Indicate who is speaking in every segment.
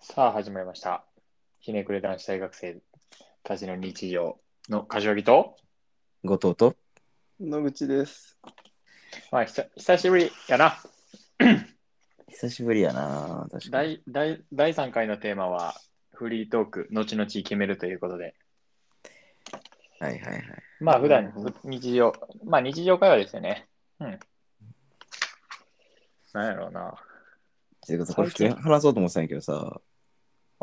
Speaker 1: さあ始まりました。ひねくれ男子大学生たちの日常の柏木と、
Speaker 2: 後藤と
Speaker 3: 野口です。
Speaker 1: まあ、ひさ久しぶりやな
Speaker 2: 久しぶりやな確かに
Speaker 1: 第。第第3回のテーマはフリートーク、後々決めるということで、
Speaker 2: はいはいはい
Speaker 1: まあ普段
Speaker 3: うん
Speaker 1: 日常、まあ日常会話ですよね。うん。なんやろうな。
Speaker 2: てかさこれ普通
Speaker 1: 最
Speaker 2: に
Speaker 1: 近
Speaker 2: 話そうと思ってたんやけどさ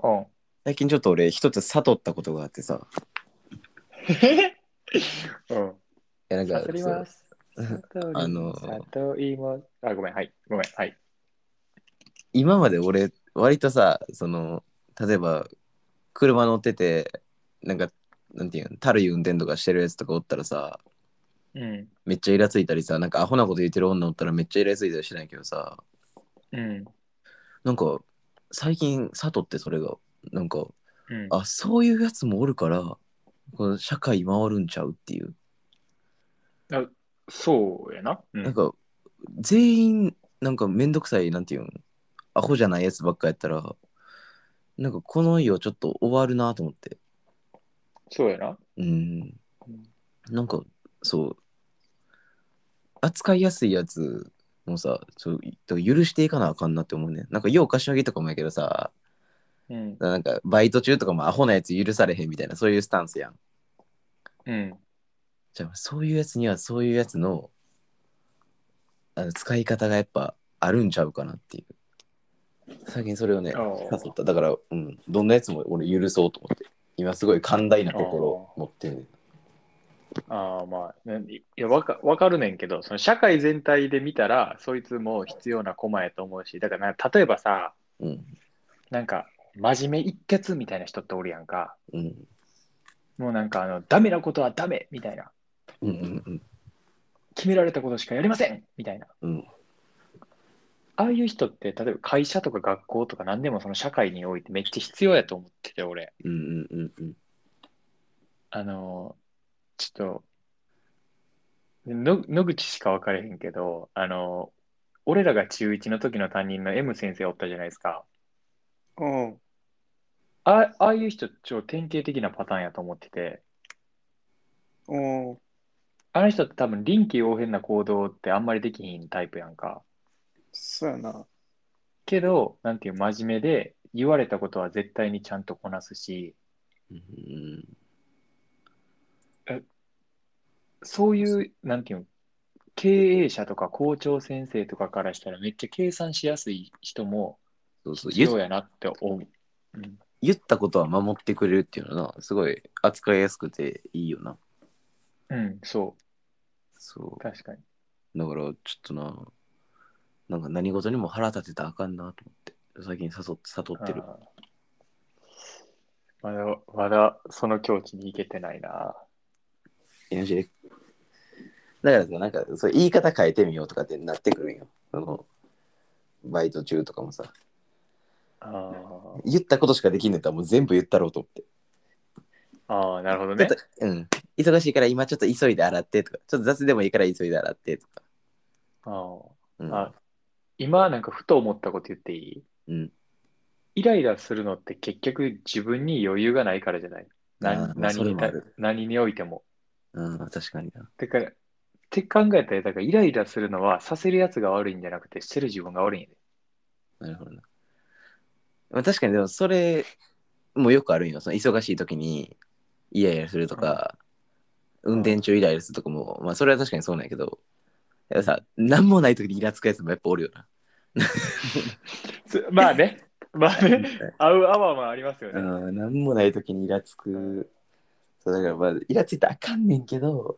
Speaker 1: うん。
Speaker 2: 最近ちょっと俺一つ悟ったことがあってさ
Speaker 1: うん。
Speaker 2: いやなん
Speaker 1: さすりま
Speaker 2: か
Speaker 1: す。
Speaker 2: あの
Speaker 1: 里芋。あ、ごめん、はい。ごめん、はい。
Speaker 2: 今まで俺割とさその例えば車乗っててなんかなんていうんたるい運転とかしてるやつとかおったらさ
Speaker 1: うん。
Speaker 2: めっちゃイラついたりさなんかアホなこと言ってる女おったらめっちゃイラついたりしないけどさ
Speaker 1: うん。
Speaker 2: なんか最近悟ってそれがなんか
Speaker 1: うん、
Speaker 2: あそういうやつもおるからこの社会回るんちゃうっていう
Speaker 1: そうやな。うん
Speaker 2: なんか全員なんかめんどくさいなんていうんアホじゃないやつばっかやったらなんかこの世ちょっと終わるなと思って
Speaker 1: そうやな。
Speaker 2: うんなんかそう扱いやすいやつもさそう許していかなあかんなって思うねなんかよう柏木とかもやけどさ
Speaker 1: うん。
Speaker 2: なんかバイト中とかもアホなやつ許されへんみたいなそういうスタンスやん
Speaker 1: うん。
Speaker 2: じゃあそういうやつにはそういうやつのあの使い方がやっぱあるんちゃうかなっていう最近それをね
Speaker 1: あー
Speaker 2: 誘っただから、うん、どんなやつも俺許そうと思って今すごい寛大な心を持ってるね
Speaker 1: ああ、まあ、ねいや、わかわかるねんけど、その社会全体で見たら、そいつも必要な駒やと思うし、だからな、例えばさ、
Speaker 2: うん
Speaker 1: なんか、真面目一徹みたいな人っておるやんか。
Speaker 2: うん
Speaker 1: もうなんか、あの、ダメなことはダメみたいな。
Speaker 2: うんうんうん
Speaker 1: 決められたことしかやりませんみたいな。
Speaker 2: うん
Speaker 1: ああいう人って、例えば会社とか学校とか何でもその社会においてめっちゃ必要やと思ってて、俺。
Speaker 2: うんうんうんうん
Speaker 1: あのー、ちょっと、の野口しか分かれへんけど、あのー、俺らが中1の時の担任の M 先生おったじゃないですか。
Speaker 3: うん。
Speaker 1: あああいう人、超典型的なパターンやと思ってて、
Speaker 3: うん。
Speaker 1: あの人って多分臨機応変な行動ってあんまりできひんタイプやんか。
Speaker 3: そうやな。
Speaker 1: けど、なんていう、真面目で、言われたことは絶対にちゃんとこなすし、
Speaker 2: うん
Speaker 1: そういう、なんていうの、経営者とか校長先生とかからしたらめっちゃ計算しやすい人も
Speaker 2: そうそう
Speaker 1: 必
Speaker 2: 言
Speaker 1: 要やなって思う。うん
Speaker 2: 言ったことは守ってくれるっていうのはなすごい扱いやすくていいよな
Speaker 1: うん、そ
Speaker 2: そう
Speaker 1: う、確かに。
Speaker 2: だからちょっとな、なんか何事にも腹立てたらあかんなと思って、最近誘っ悟ってる。
Speaker 1: あーまだ、まだその境地に行けてないな。
Speaker 2: いやマジでだからさ、なんかそう言い方変えてみようとかってなってくるんよ。そのバイト中とかもさ、
Speaker 1: あ
Speaker 2: 言ったことしかできんのやったらもう全部言ったろうと思って。
Speaker 1: ーあー、なるほどね
Speaker 2: ちょ。っと、うん。忙しいから今ちょっと急いで洗ってとか、ちょっと雑でもいいから急いで洗ってとか。
Speaker 1: あ
Speaker 2: う
Speaker 1: ー
Speaker 2: ん。
Speaker 1: あ今、なんかふと思ったこと言っていい
Speaker 2: うん、
Speaker 1: イライラするのって結局自分に余裕がないからじゃない
Speaker 2: あー
Speaker 1: 何
Speaker 2: まあ
Speaker 1: 何
Speaker 2: それ
Speaker 1: に
Speaker 2: もある
Speaker 1: た何においても。
Speaker 2: うん、確かにな。
Speaker 1: てか、って考えたら、だからイライラするのはさせるやつが悪いんじゃなくて、してる自分が悪いんやで。
Speaker 2: なるほどな。まあ、確かにでもそれもよくあるんよ。その忙しい時にイライラするとか、
Speaker 1: ん
Speaker 2: 運転中イライラするとかも、まあそれは確かにそうなんやけど、やっぱさ、なんもない時にイラつくやつもやっぱおるよな。
Speaker 1: つ まあね、まあね、合う合わんはありますよ
Speaker 2: う
Speaker 1: ね。
Speaker 2: ん、なんもない時にイラつく。そうだからまあ、イラついたらあかんねんけど、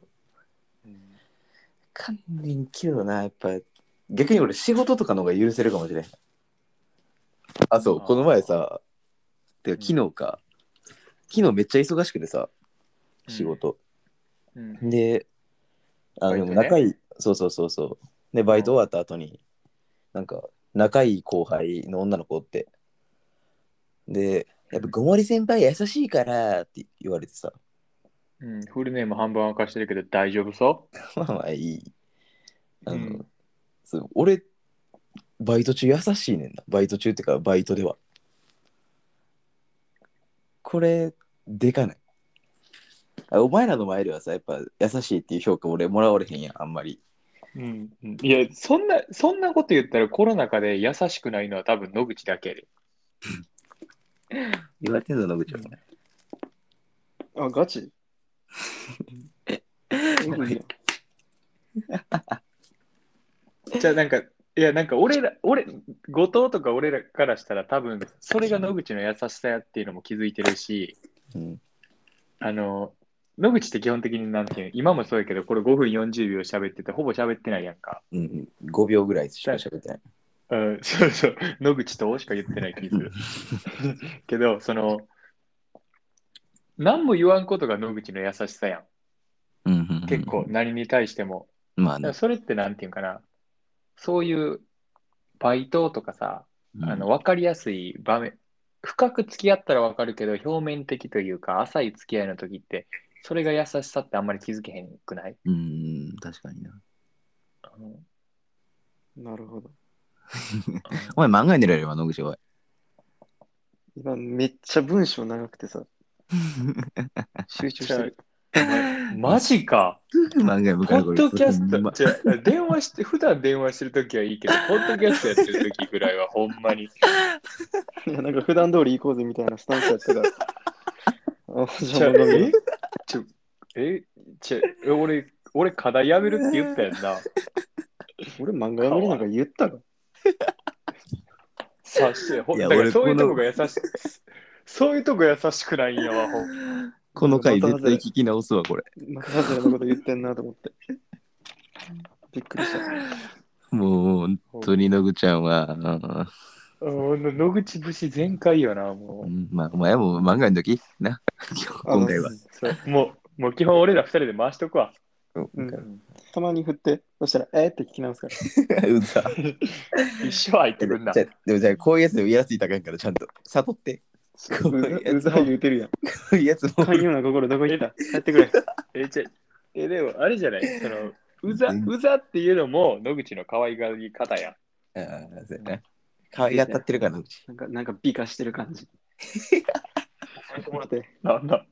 Speaker 1: うん
Speaker 2: あかんねんけどな、やっぱ、逆に俺仕事とかの方が許せるかもしれん。あ、そう、この前さ、てか昨日か、昨日めっちゃ忙しくてさ、仕事。
Speaker 1: うん。
Speaker 2: で、あ
Speaker 1: バイト
Speaker 2: の、
Speaker 1: ね
Speaker 2: 仲いい、そうそうそうそう。で、バイト終わった後に、なんか、仲いい後輩の女の子って、で、やっぱ、ごもり先輩優しいからって言われてさ、
Speaker 1: うん、フルネーム半分明かしてるけど大丈夫そ
Speaker 2: まあまあいい。あの、
Speaker 1: うん
Speaker 2: そう俺、バイト中優しいねんな。バイト中ってか、バイトでは。これ、でかない。あお前らの前ではさ、やっぱ優しいっていう評価俺もらわれへんやん、あんまり。
Speaker 1: うんうんいや、そんな、そんなこと言ったらコロナ禍で優しくないのは多分野口だけやで。
Speaker 2: 言われてんの、野口は。
Speaker 3: あ、ガ チ野口だ
Speaker 1: じゃあなんか、いやなんか俺ら、俺、後藤とか俺らからしたら多分それが野口の優しさやっていうのも気づいてるし、
Speaker 2: うん。
Speaker 1: あの、野口って基本的になんていうの今もそうやけど、これ5分40秒喋ってて、ほぼ喋ってないやんか。
Speaker 2: うん、5秒ぐらいしか喋ってない。
Speaker 1: うん、そうそう、野口としか言ってない気す る。けど、その、何も言わんことが野口の優しさや
Speaker 2: うんうんうん
Speaker 1: ん。結構、。何に対しても。
Speaker 2: まあ
Speaker 1: だか
Speaker 2: ね
Speaker 1: ら。それってなんていうんかな、そういうバイトとかさ、あの分かりやすい場面、深く付き合ったら分かるけど、表面的というか、浅い付き合いの時って、それが優しさってあんまり気づけへんくない、
Speaker 2: うん、うん、確かにな。
Speaker 1: うん
Speaker 3: なるほど。
Speaker 2: お前、漫画に出られるわ、野口、おい。
Speaker 3: 今めっちゃ文章長くてさ、集中してる。
Speaker 1: マジか
Speaker 2: 漫画向
Speaker 1: ポ
Speaker 2: か
Speaker 1: ッドキャスト、じゃあ電話して、普段電話してるときはいいけど、ポッドキャストやってるときぐらいはほんまに。
Speaker 3: いや、なんか普段通り行こうぜみたいなスタンスや ったから。あ、じ
Speaker 1: じ
Speaker 3: ゃ
Speaker 1: ゃ
Speaker 3: あ
Speaker 1: あ
Speaker 3: もう飲む
Speaker 1: えちょ、え、ちょ、え俺、俺課題やめるって言ったやんな。
Speaker 3: 俺漫画やめるなんか言ったの
Speaker 1: 察して、ほ
Speaker 2: いや
Speaker 1: だから
Speaker 2: 俺
Speaker 1: そういうとこ
Speaker 2: こ
Speaker 1: が優しい。そういうとこ優しくないんやわ、ほん
Speaker 2: この回絶対聞き直すわ、これ。
Speaker 3: またハズレのこと言ってんなと思って。びっくりした。
Speaker 2: もう、本当に野口ちゃんは、
Speaker 1: うん野口節全開よな、
Speaker 2: う
Speaker 1: も
Speaker 2: ん、まあ、お前はもう漫画の時な、
Speaker 3: あの
Speaker 2: 今回は。
Speaker 1: う。そうもう、もう基本俺ら二人で回しとくわ。
Speaker 3: うん
Speaker 2: う
Speaker 3: たまに振って、そしたら、えーって聞き直すから。
Speaker 2: ざ。
Speaker 1: 一生入って
Speaker 2: で
Speaker 1: くんな。
Speaker 2: じゃあでもじゃあこういうやつでもやらせていただかんから、ちゃんと。悟って。
Speaker 3: うざうざ言うてるやん。
Speaker 2: こういうやつも。
Speaker 3: 寛容な心どこ行った帰ってくれ。
Speaker 1: え、じゃあえ、でもあれじゃないその、うざ、うざっていうのも野口の可愛がり方やん。
Speaker 2: ああ、そうやな。可愛がったってるから、野口。
Speaker 3: なんか、なんか美化してる感じ。やめてもらって。
Speaker 1: なんだ。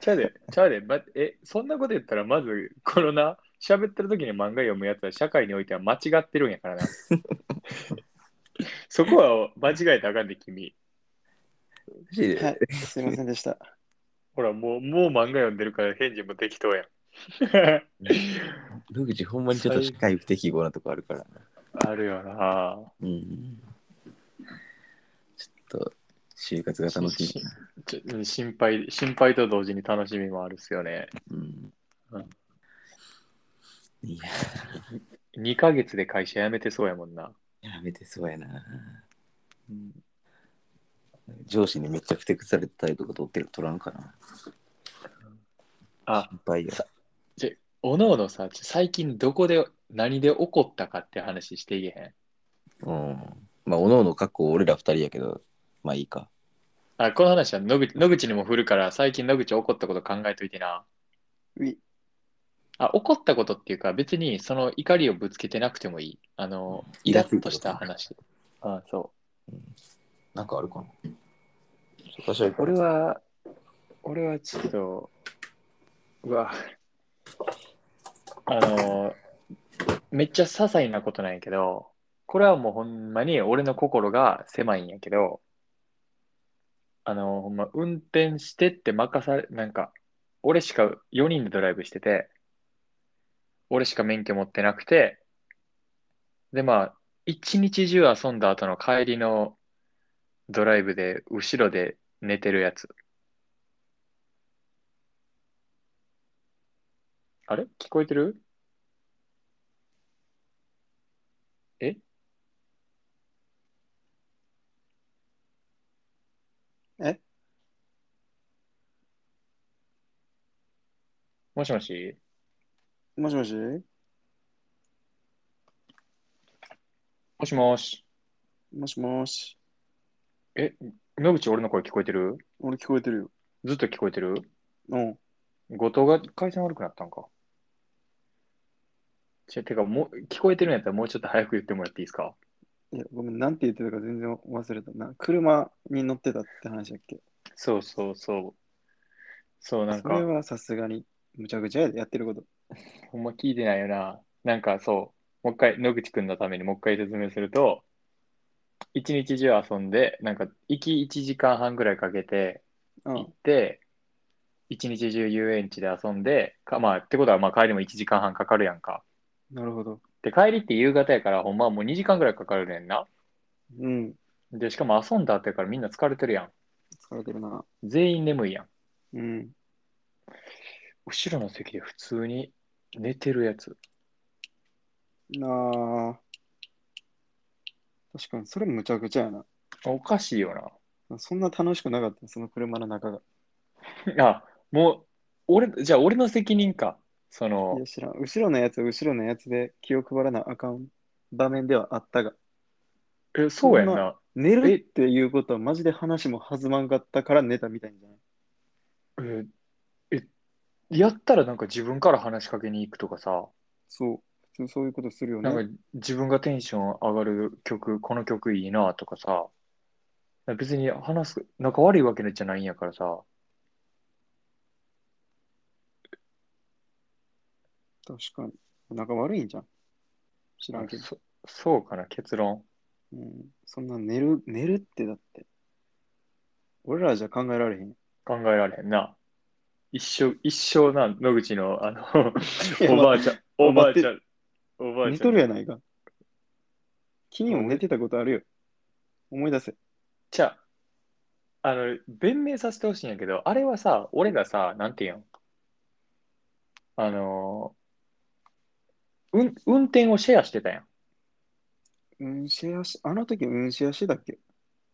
Speaker 1: ちゃうで、ちゃうで、ま、え、そんなこと言ったら、まず、このな、喋ってる時に漫画読むやつは社会においては間違ってるんや からな。そこは間違えたらあかんで、君。
Speaker 3: はい、すいませんでした。
Speaker 1: ほら、もう、もう漫画読んでるから返事も適当やん。
Speaker 2: 野口、ほんまにちょっと社会不適合なとこあるから。
Speaker 1: あるよな。
Speaker 2: うん。ちょっと、就活が楽しみ。
Speaker 1: ちょうん心配、心配と同時に楽しみもあるっすよね。
Speaker 2: うん
Speaker 1: うん
Speaker 2: いや、
Speaker 1: 2ヶ月で会社辞めてそうやもんな。
Speaker 2: やめてそうやな。
Speaker 1: うん
Speaker 2: 上司にめっちゃふてくされたりとか取って取らんかな。
Speaker 1: あ、
Speaker 2: いっぱいや。
Speaker 1: おのおのさ、ちょ最近どこで何で起こったかって話していえへん。
Speaker 2: うん。まあ、おのおの過去俺ら二人やけど、まあいいか。
Speaker 1: あこの話は野口野口にも振るから最近野口怒ったこと考えといてな。
Speaker 3: うい
Speaker 1: あ怒ったことっていうか別にその怒りをぶつけてなくてもいい。あのイ
Speaker 2: イ
Speaker 1: ラ
Speaker 2: ラつ
Speaker 1: ッ
Speaker 2: い
Speaker 1: と
Speaker 2: たこと
Speaker 1: した話。あそ
Speaker 2: なんかあるかな。私は
Speaker 1: う。俺は俺はちょっとうわあのめっちゃ些細なことなんやけどこれはもうほんまに俺の心が狭いんやけどあのほんま運転してって任されなんか俺しか4人でドライブしてて俺しか免許持ってなくてでまあ一日中遊んだ後の帰りのドライブで後ろで寝てるやつあれ聞こえてるえ
Speaker 3: え
Speaker 1: もしもし
Speaker 3: もしもし
Speaker 1: もしもし。
Speaker 3: もしもし。
Speaker 1: 野口、俺の声聞こえてる
Speaker 3: 俺聞こえてるよ。
Speaker 1: ずっと聞こえてる
Speaker 3: うん。
Speaker 1: 後藤が回線悪くなったんか。ちょ、てか、もう、聞こえてるんやったらもうちょっと早く言ってもらっていいですか
Speaker 3: いや、ごめん、なんて言ってたか全然忘れたな。車に乗ってたって話だっけ
Speaker 1: そうそうそう。そう、なん
Speaker 3: それ
Speaker 1: か、
Speaker 3: はさすがに、むちゃくちゃやでやってること。
Speaker 1: ほんま聞いてないよな。なんかそう、もう一回、野口くんのためにもう一回説明すると、一日中遊んで、なんか、行き1時間半ぐらいかけて、
Speaker 3: う
Speaker 1: 行っ
Speaker 3: ん。
Speaker 1: て、一日中遊園地で遊んで、かまあ、ってことは、まあ、帰りも1時間半かかるやんか。
Speaker 3: なるほど。
Speaker 1: で、帰りって夕方やから、ほんまはもう2時間ぐらいかかるねんな。
Speaker 3: うん。
Speaker 1: で、しかも遊んだ後やからみんな疲れてるやん。
Speaker 3: 疲れてるな。
Speaker 1: 全員眠いやん。
Speaker 3: うん。
Speaker 1: 後ろの席で普通に寝てるやつ。
Speaker 3: なあ。確かに、それむちゃくちゃやな。
Speaker 1: おかしいよ
Speaker 3: そんな楽しくなかった、その車の中が。
Speaker 1: な。 あ、もう、俺、じゃあ俺の責任か。そ
Speaker 3: い
Speaker 1: の
Speaker 3: や、、知らん。後ろのやつ、後ろのやつで気を配らなあかん場面ではあったが、
Speaker 1: え、そうやん
Speaker 3: そん
Speaker 1: な。
Speaker 3: 寝るっていうことはマジで話も弾まんかったから寝たみたいんじゃない
Speaker 1: え、え、やったらなんか自分から話しかけに行くとかさ、
Speaker 3: そう。普通そういうことするよね。
Speaker 1: なんか自分がテンション上がる曲、この曲いいなとかさ、別に話す、仲悪いわけじゃないんやからさ、
Speaker 3: 確かに。仲悪いんじゃん。知らんけど。
Speaker 1: そ、そうかな、結論。
Speaker 3: うん。そんな寝る、寝るってだって。俺らじゃ考えられへん。
Speaker 1: 考えられへんな。一生、一生な、野口の、あの、おば
Speaker 3: あ
Speaker 1: あちゃん、おばあちゃん、おばあ
Speaker 3: 寝
Speaker 1: ちゃ
Speaker 3: と
Speaker 1: ん
Speaker 3: る。やないか。君も寝てたことあるよ。思い出せ。
Speaker 1: じゃあ、あの、弁明させてほしいんやけど、あれはさ、俺がさ、なんていうんあのー、うん、運転をシェアしてたやん。
Speaker 3: うんシェアし、あの時うんシェアしてたっけ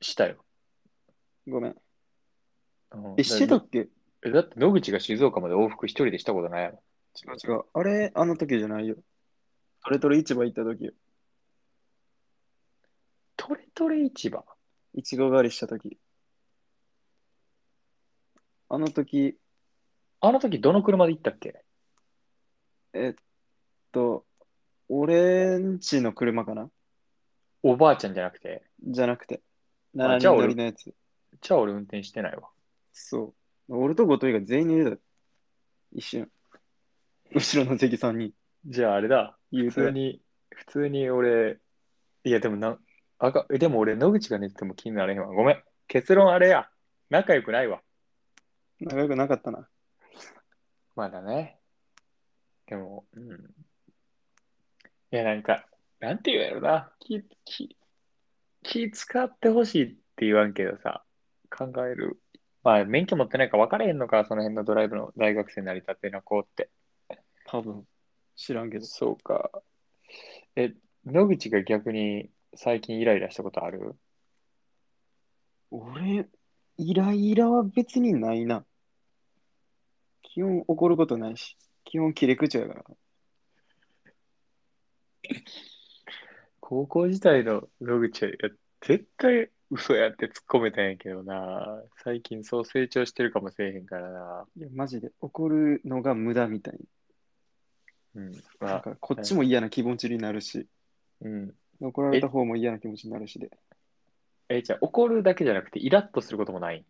Speaker 1: したよ。
Speaker 3: ごめん。
Speaker 1: うん
Speaker 3: え、してたっけ違
Speaker 1: えだって野口が静岡まで往復一人でしたことないやろ。
Speaker 3: う違う。あれ、あの時じゃないよ。トレトレ市場行った時よ。
Speaker 1: トレトレ市場
Speaker 3: いちご狩りした時。あの時、
Speaker 1: あの時どの車で行ったっけ
Speaker 3: えっと、俺んちの車かな
Speaker 1: おばあちゃんじゃなくて。
Speaker 3: じゃなくて。
Speaker 1: あ
Speaker 3: 7
Speaker 1: じゃあ
Speaker 3: 人
Speaker 1: 俺
Speaker 3: 乗りのやつ。
Speaker 1: じゃあ俺運転してないわ。
Speaker 3: そう。俺と後藤以外全員寝てた。一瞬。後ろの関さんに
Speaker 1: じゃああれだ。
Speaker 3: 言う
Speaker 1: 普
Speaker 3: と。
Speaker 1: 通に、普通に俺、いやでもな、あかでも俺野口が寝てても気になれへんわ。ごめん。結論あれや。仲良くないわ。
Speaker 3: 仲良くなかったな。
Speaker 1: まだね。でも、うん。いや、なんか、なんて言うんやろな。気、気、気使ってほしいって言わんけどさ、考える。まあ、免許持ってないから分かれへんのか、その辺のドライブの大学生になりたての子って。
Speaker 3: 多分。知らんけど。
Speaker 1: そうか。え、野口が逆に最近イライラしたことある
Speaker 3: 俺、イライラは別にないな。基本怒ることないし、基本切れ口やから。
Speaker 1: 高校時代の野口は、いや絶対嘘やって突っ込めたんやけどな。最近そう成長してるかもしれへんからな。
Speaker 3: いや、マジで怒るのが無駄みたい
Speaker 1: うん。ま
Speaker 3: な。
Speaker 1: あ
Speaker 3: なんかこっちも嫌な気持ちになるし、
Speaker 1: うん。
Speaker 3: 怒られた方も嫌な気持ちになるしで。
Speaker 1: え、じゃあ怒るだけじゃなくて、イラッとすることもない。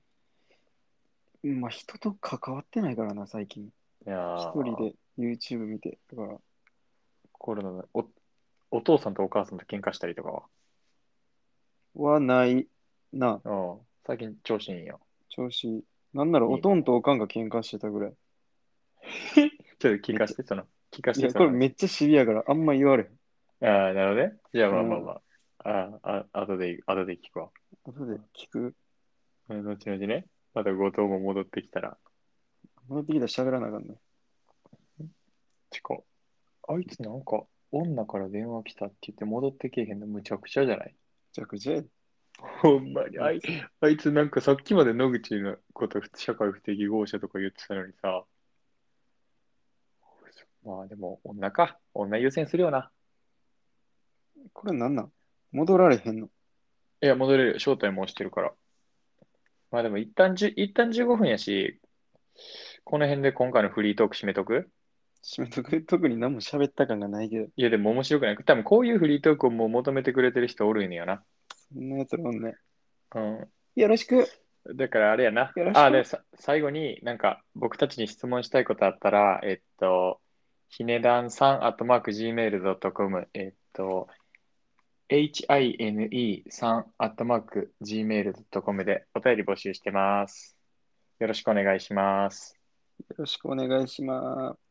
Speaker 3: まあ人と関わってないからな、最近。
Speaker 1: いやー
Speaker 3: 一人。で YouTube 見て。だから、
Speaker 1: コロナのお、お父さんとお母さんと喧嘩したりとかは。
Speaker 3: はないな、
Speaker 1: うん。最近調子いいんよ。
Speaker 3: 調子いい。なんならおとんとおかんが喧嘩してたぐらい。
Speaker 1: ちょっと聞かして、その、聞かし
Speaker 3: い
Speaker 1: て、
Speaker 3: や、
Speaker 1: そ
Speaker 3: これ
Speaker 1: の。
Speaker 3: めっちゃシビアからあんま言われへん。
Speaker 1: ああ、なるほどね。じゃあまあまあまあ。ああ、あとで、あとで聞くわ。
Speaker 3: 後で聞く。
Speaker 1: 後々ね。また後藤も戻ってきたら、
Speaker 3: 戻ってきたら喋らなあかんね。
Speaker 1: チコ、あいつなんか、女から電話来たって言って戻ってけえへんのむちゃくちゃじゃない
Speaker 3: じゃくじゃやで
Speaker 1: ほんまに、あいあいつなんかさっきまで野口のこと社会不適合者とか言ってたのにさ。まあでも女か。女優先するよな。
Speaker 3: これなんなん戻られへんの
Speaker 1: いや、戻れるよ。招待もしてるから。まあでも一旦じゅ、一旦15分やし、この辺で今回のフリートーク締めとく
Speaker 3: 締めとく特に何も喋った感がないけど、
Speaker 1: いやでも面白くない。多分こういうフリートークをもう求めてくれてる人おるんやな。
Speaker 3: そんなやつらおんね。
Speaker 1: うん。
Speaker 3: よろしく
Speaker 1: だからあれやな
Speaker 3: よろ。しく
Speaker 1: あ、で、さ最後になんか僕たちに質問したいことあったら、えっと、ひねだんさん、アットマーク Gmail.com、えっと、hine さん、アットマーク Gmail.com でお便り募集してます。よろしくお願いします。
Speaker 3: よろしくお願いします。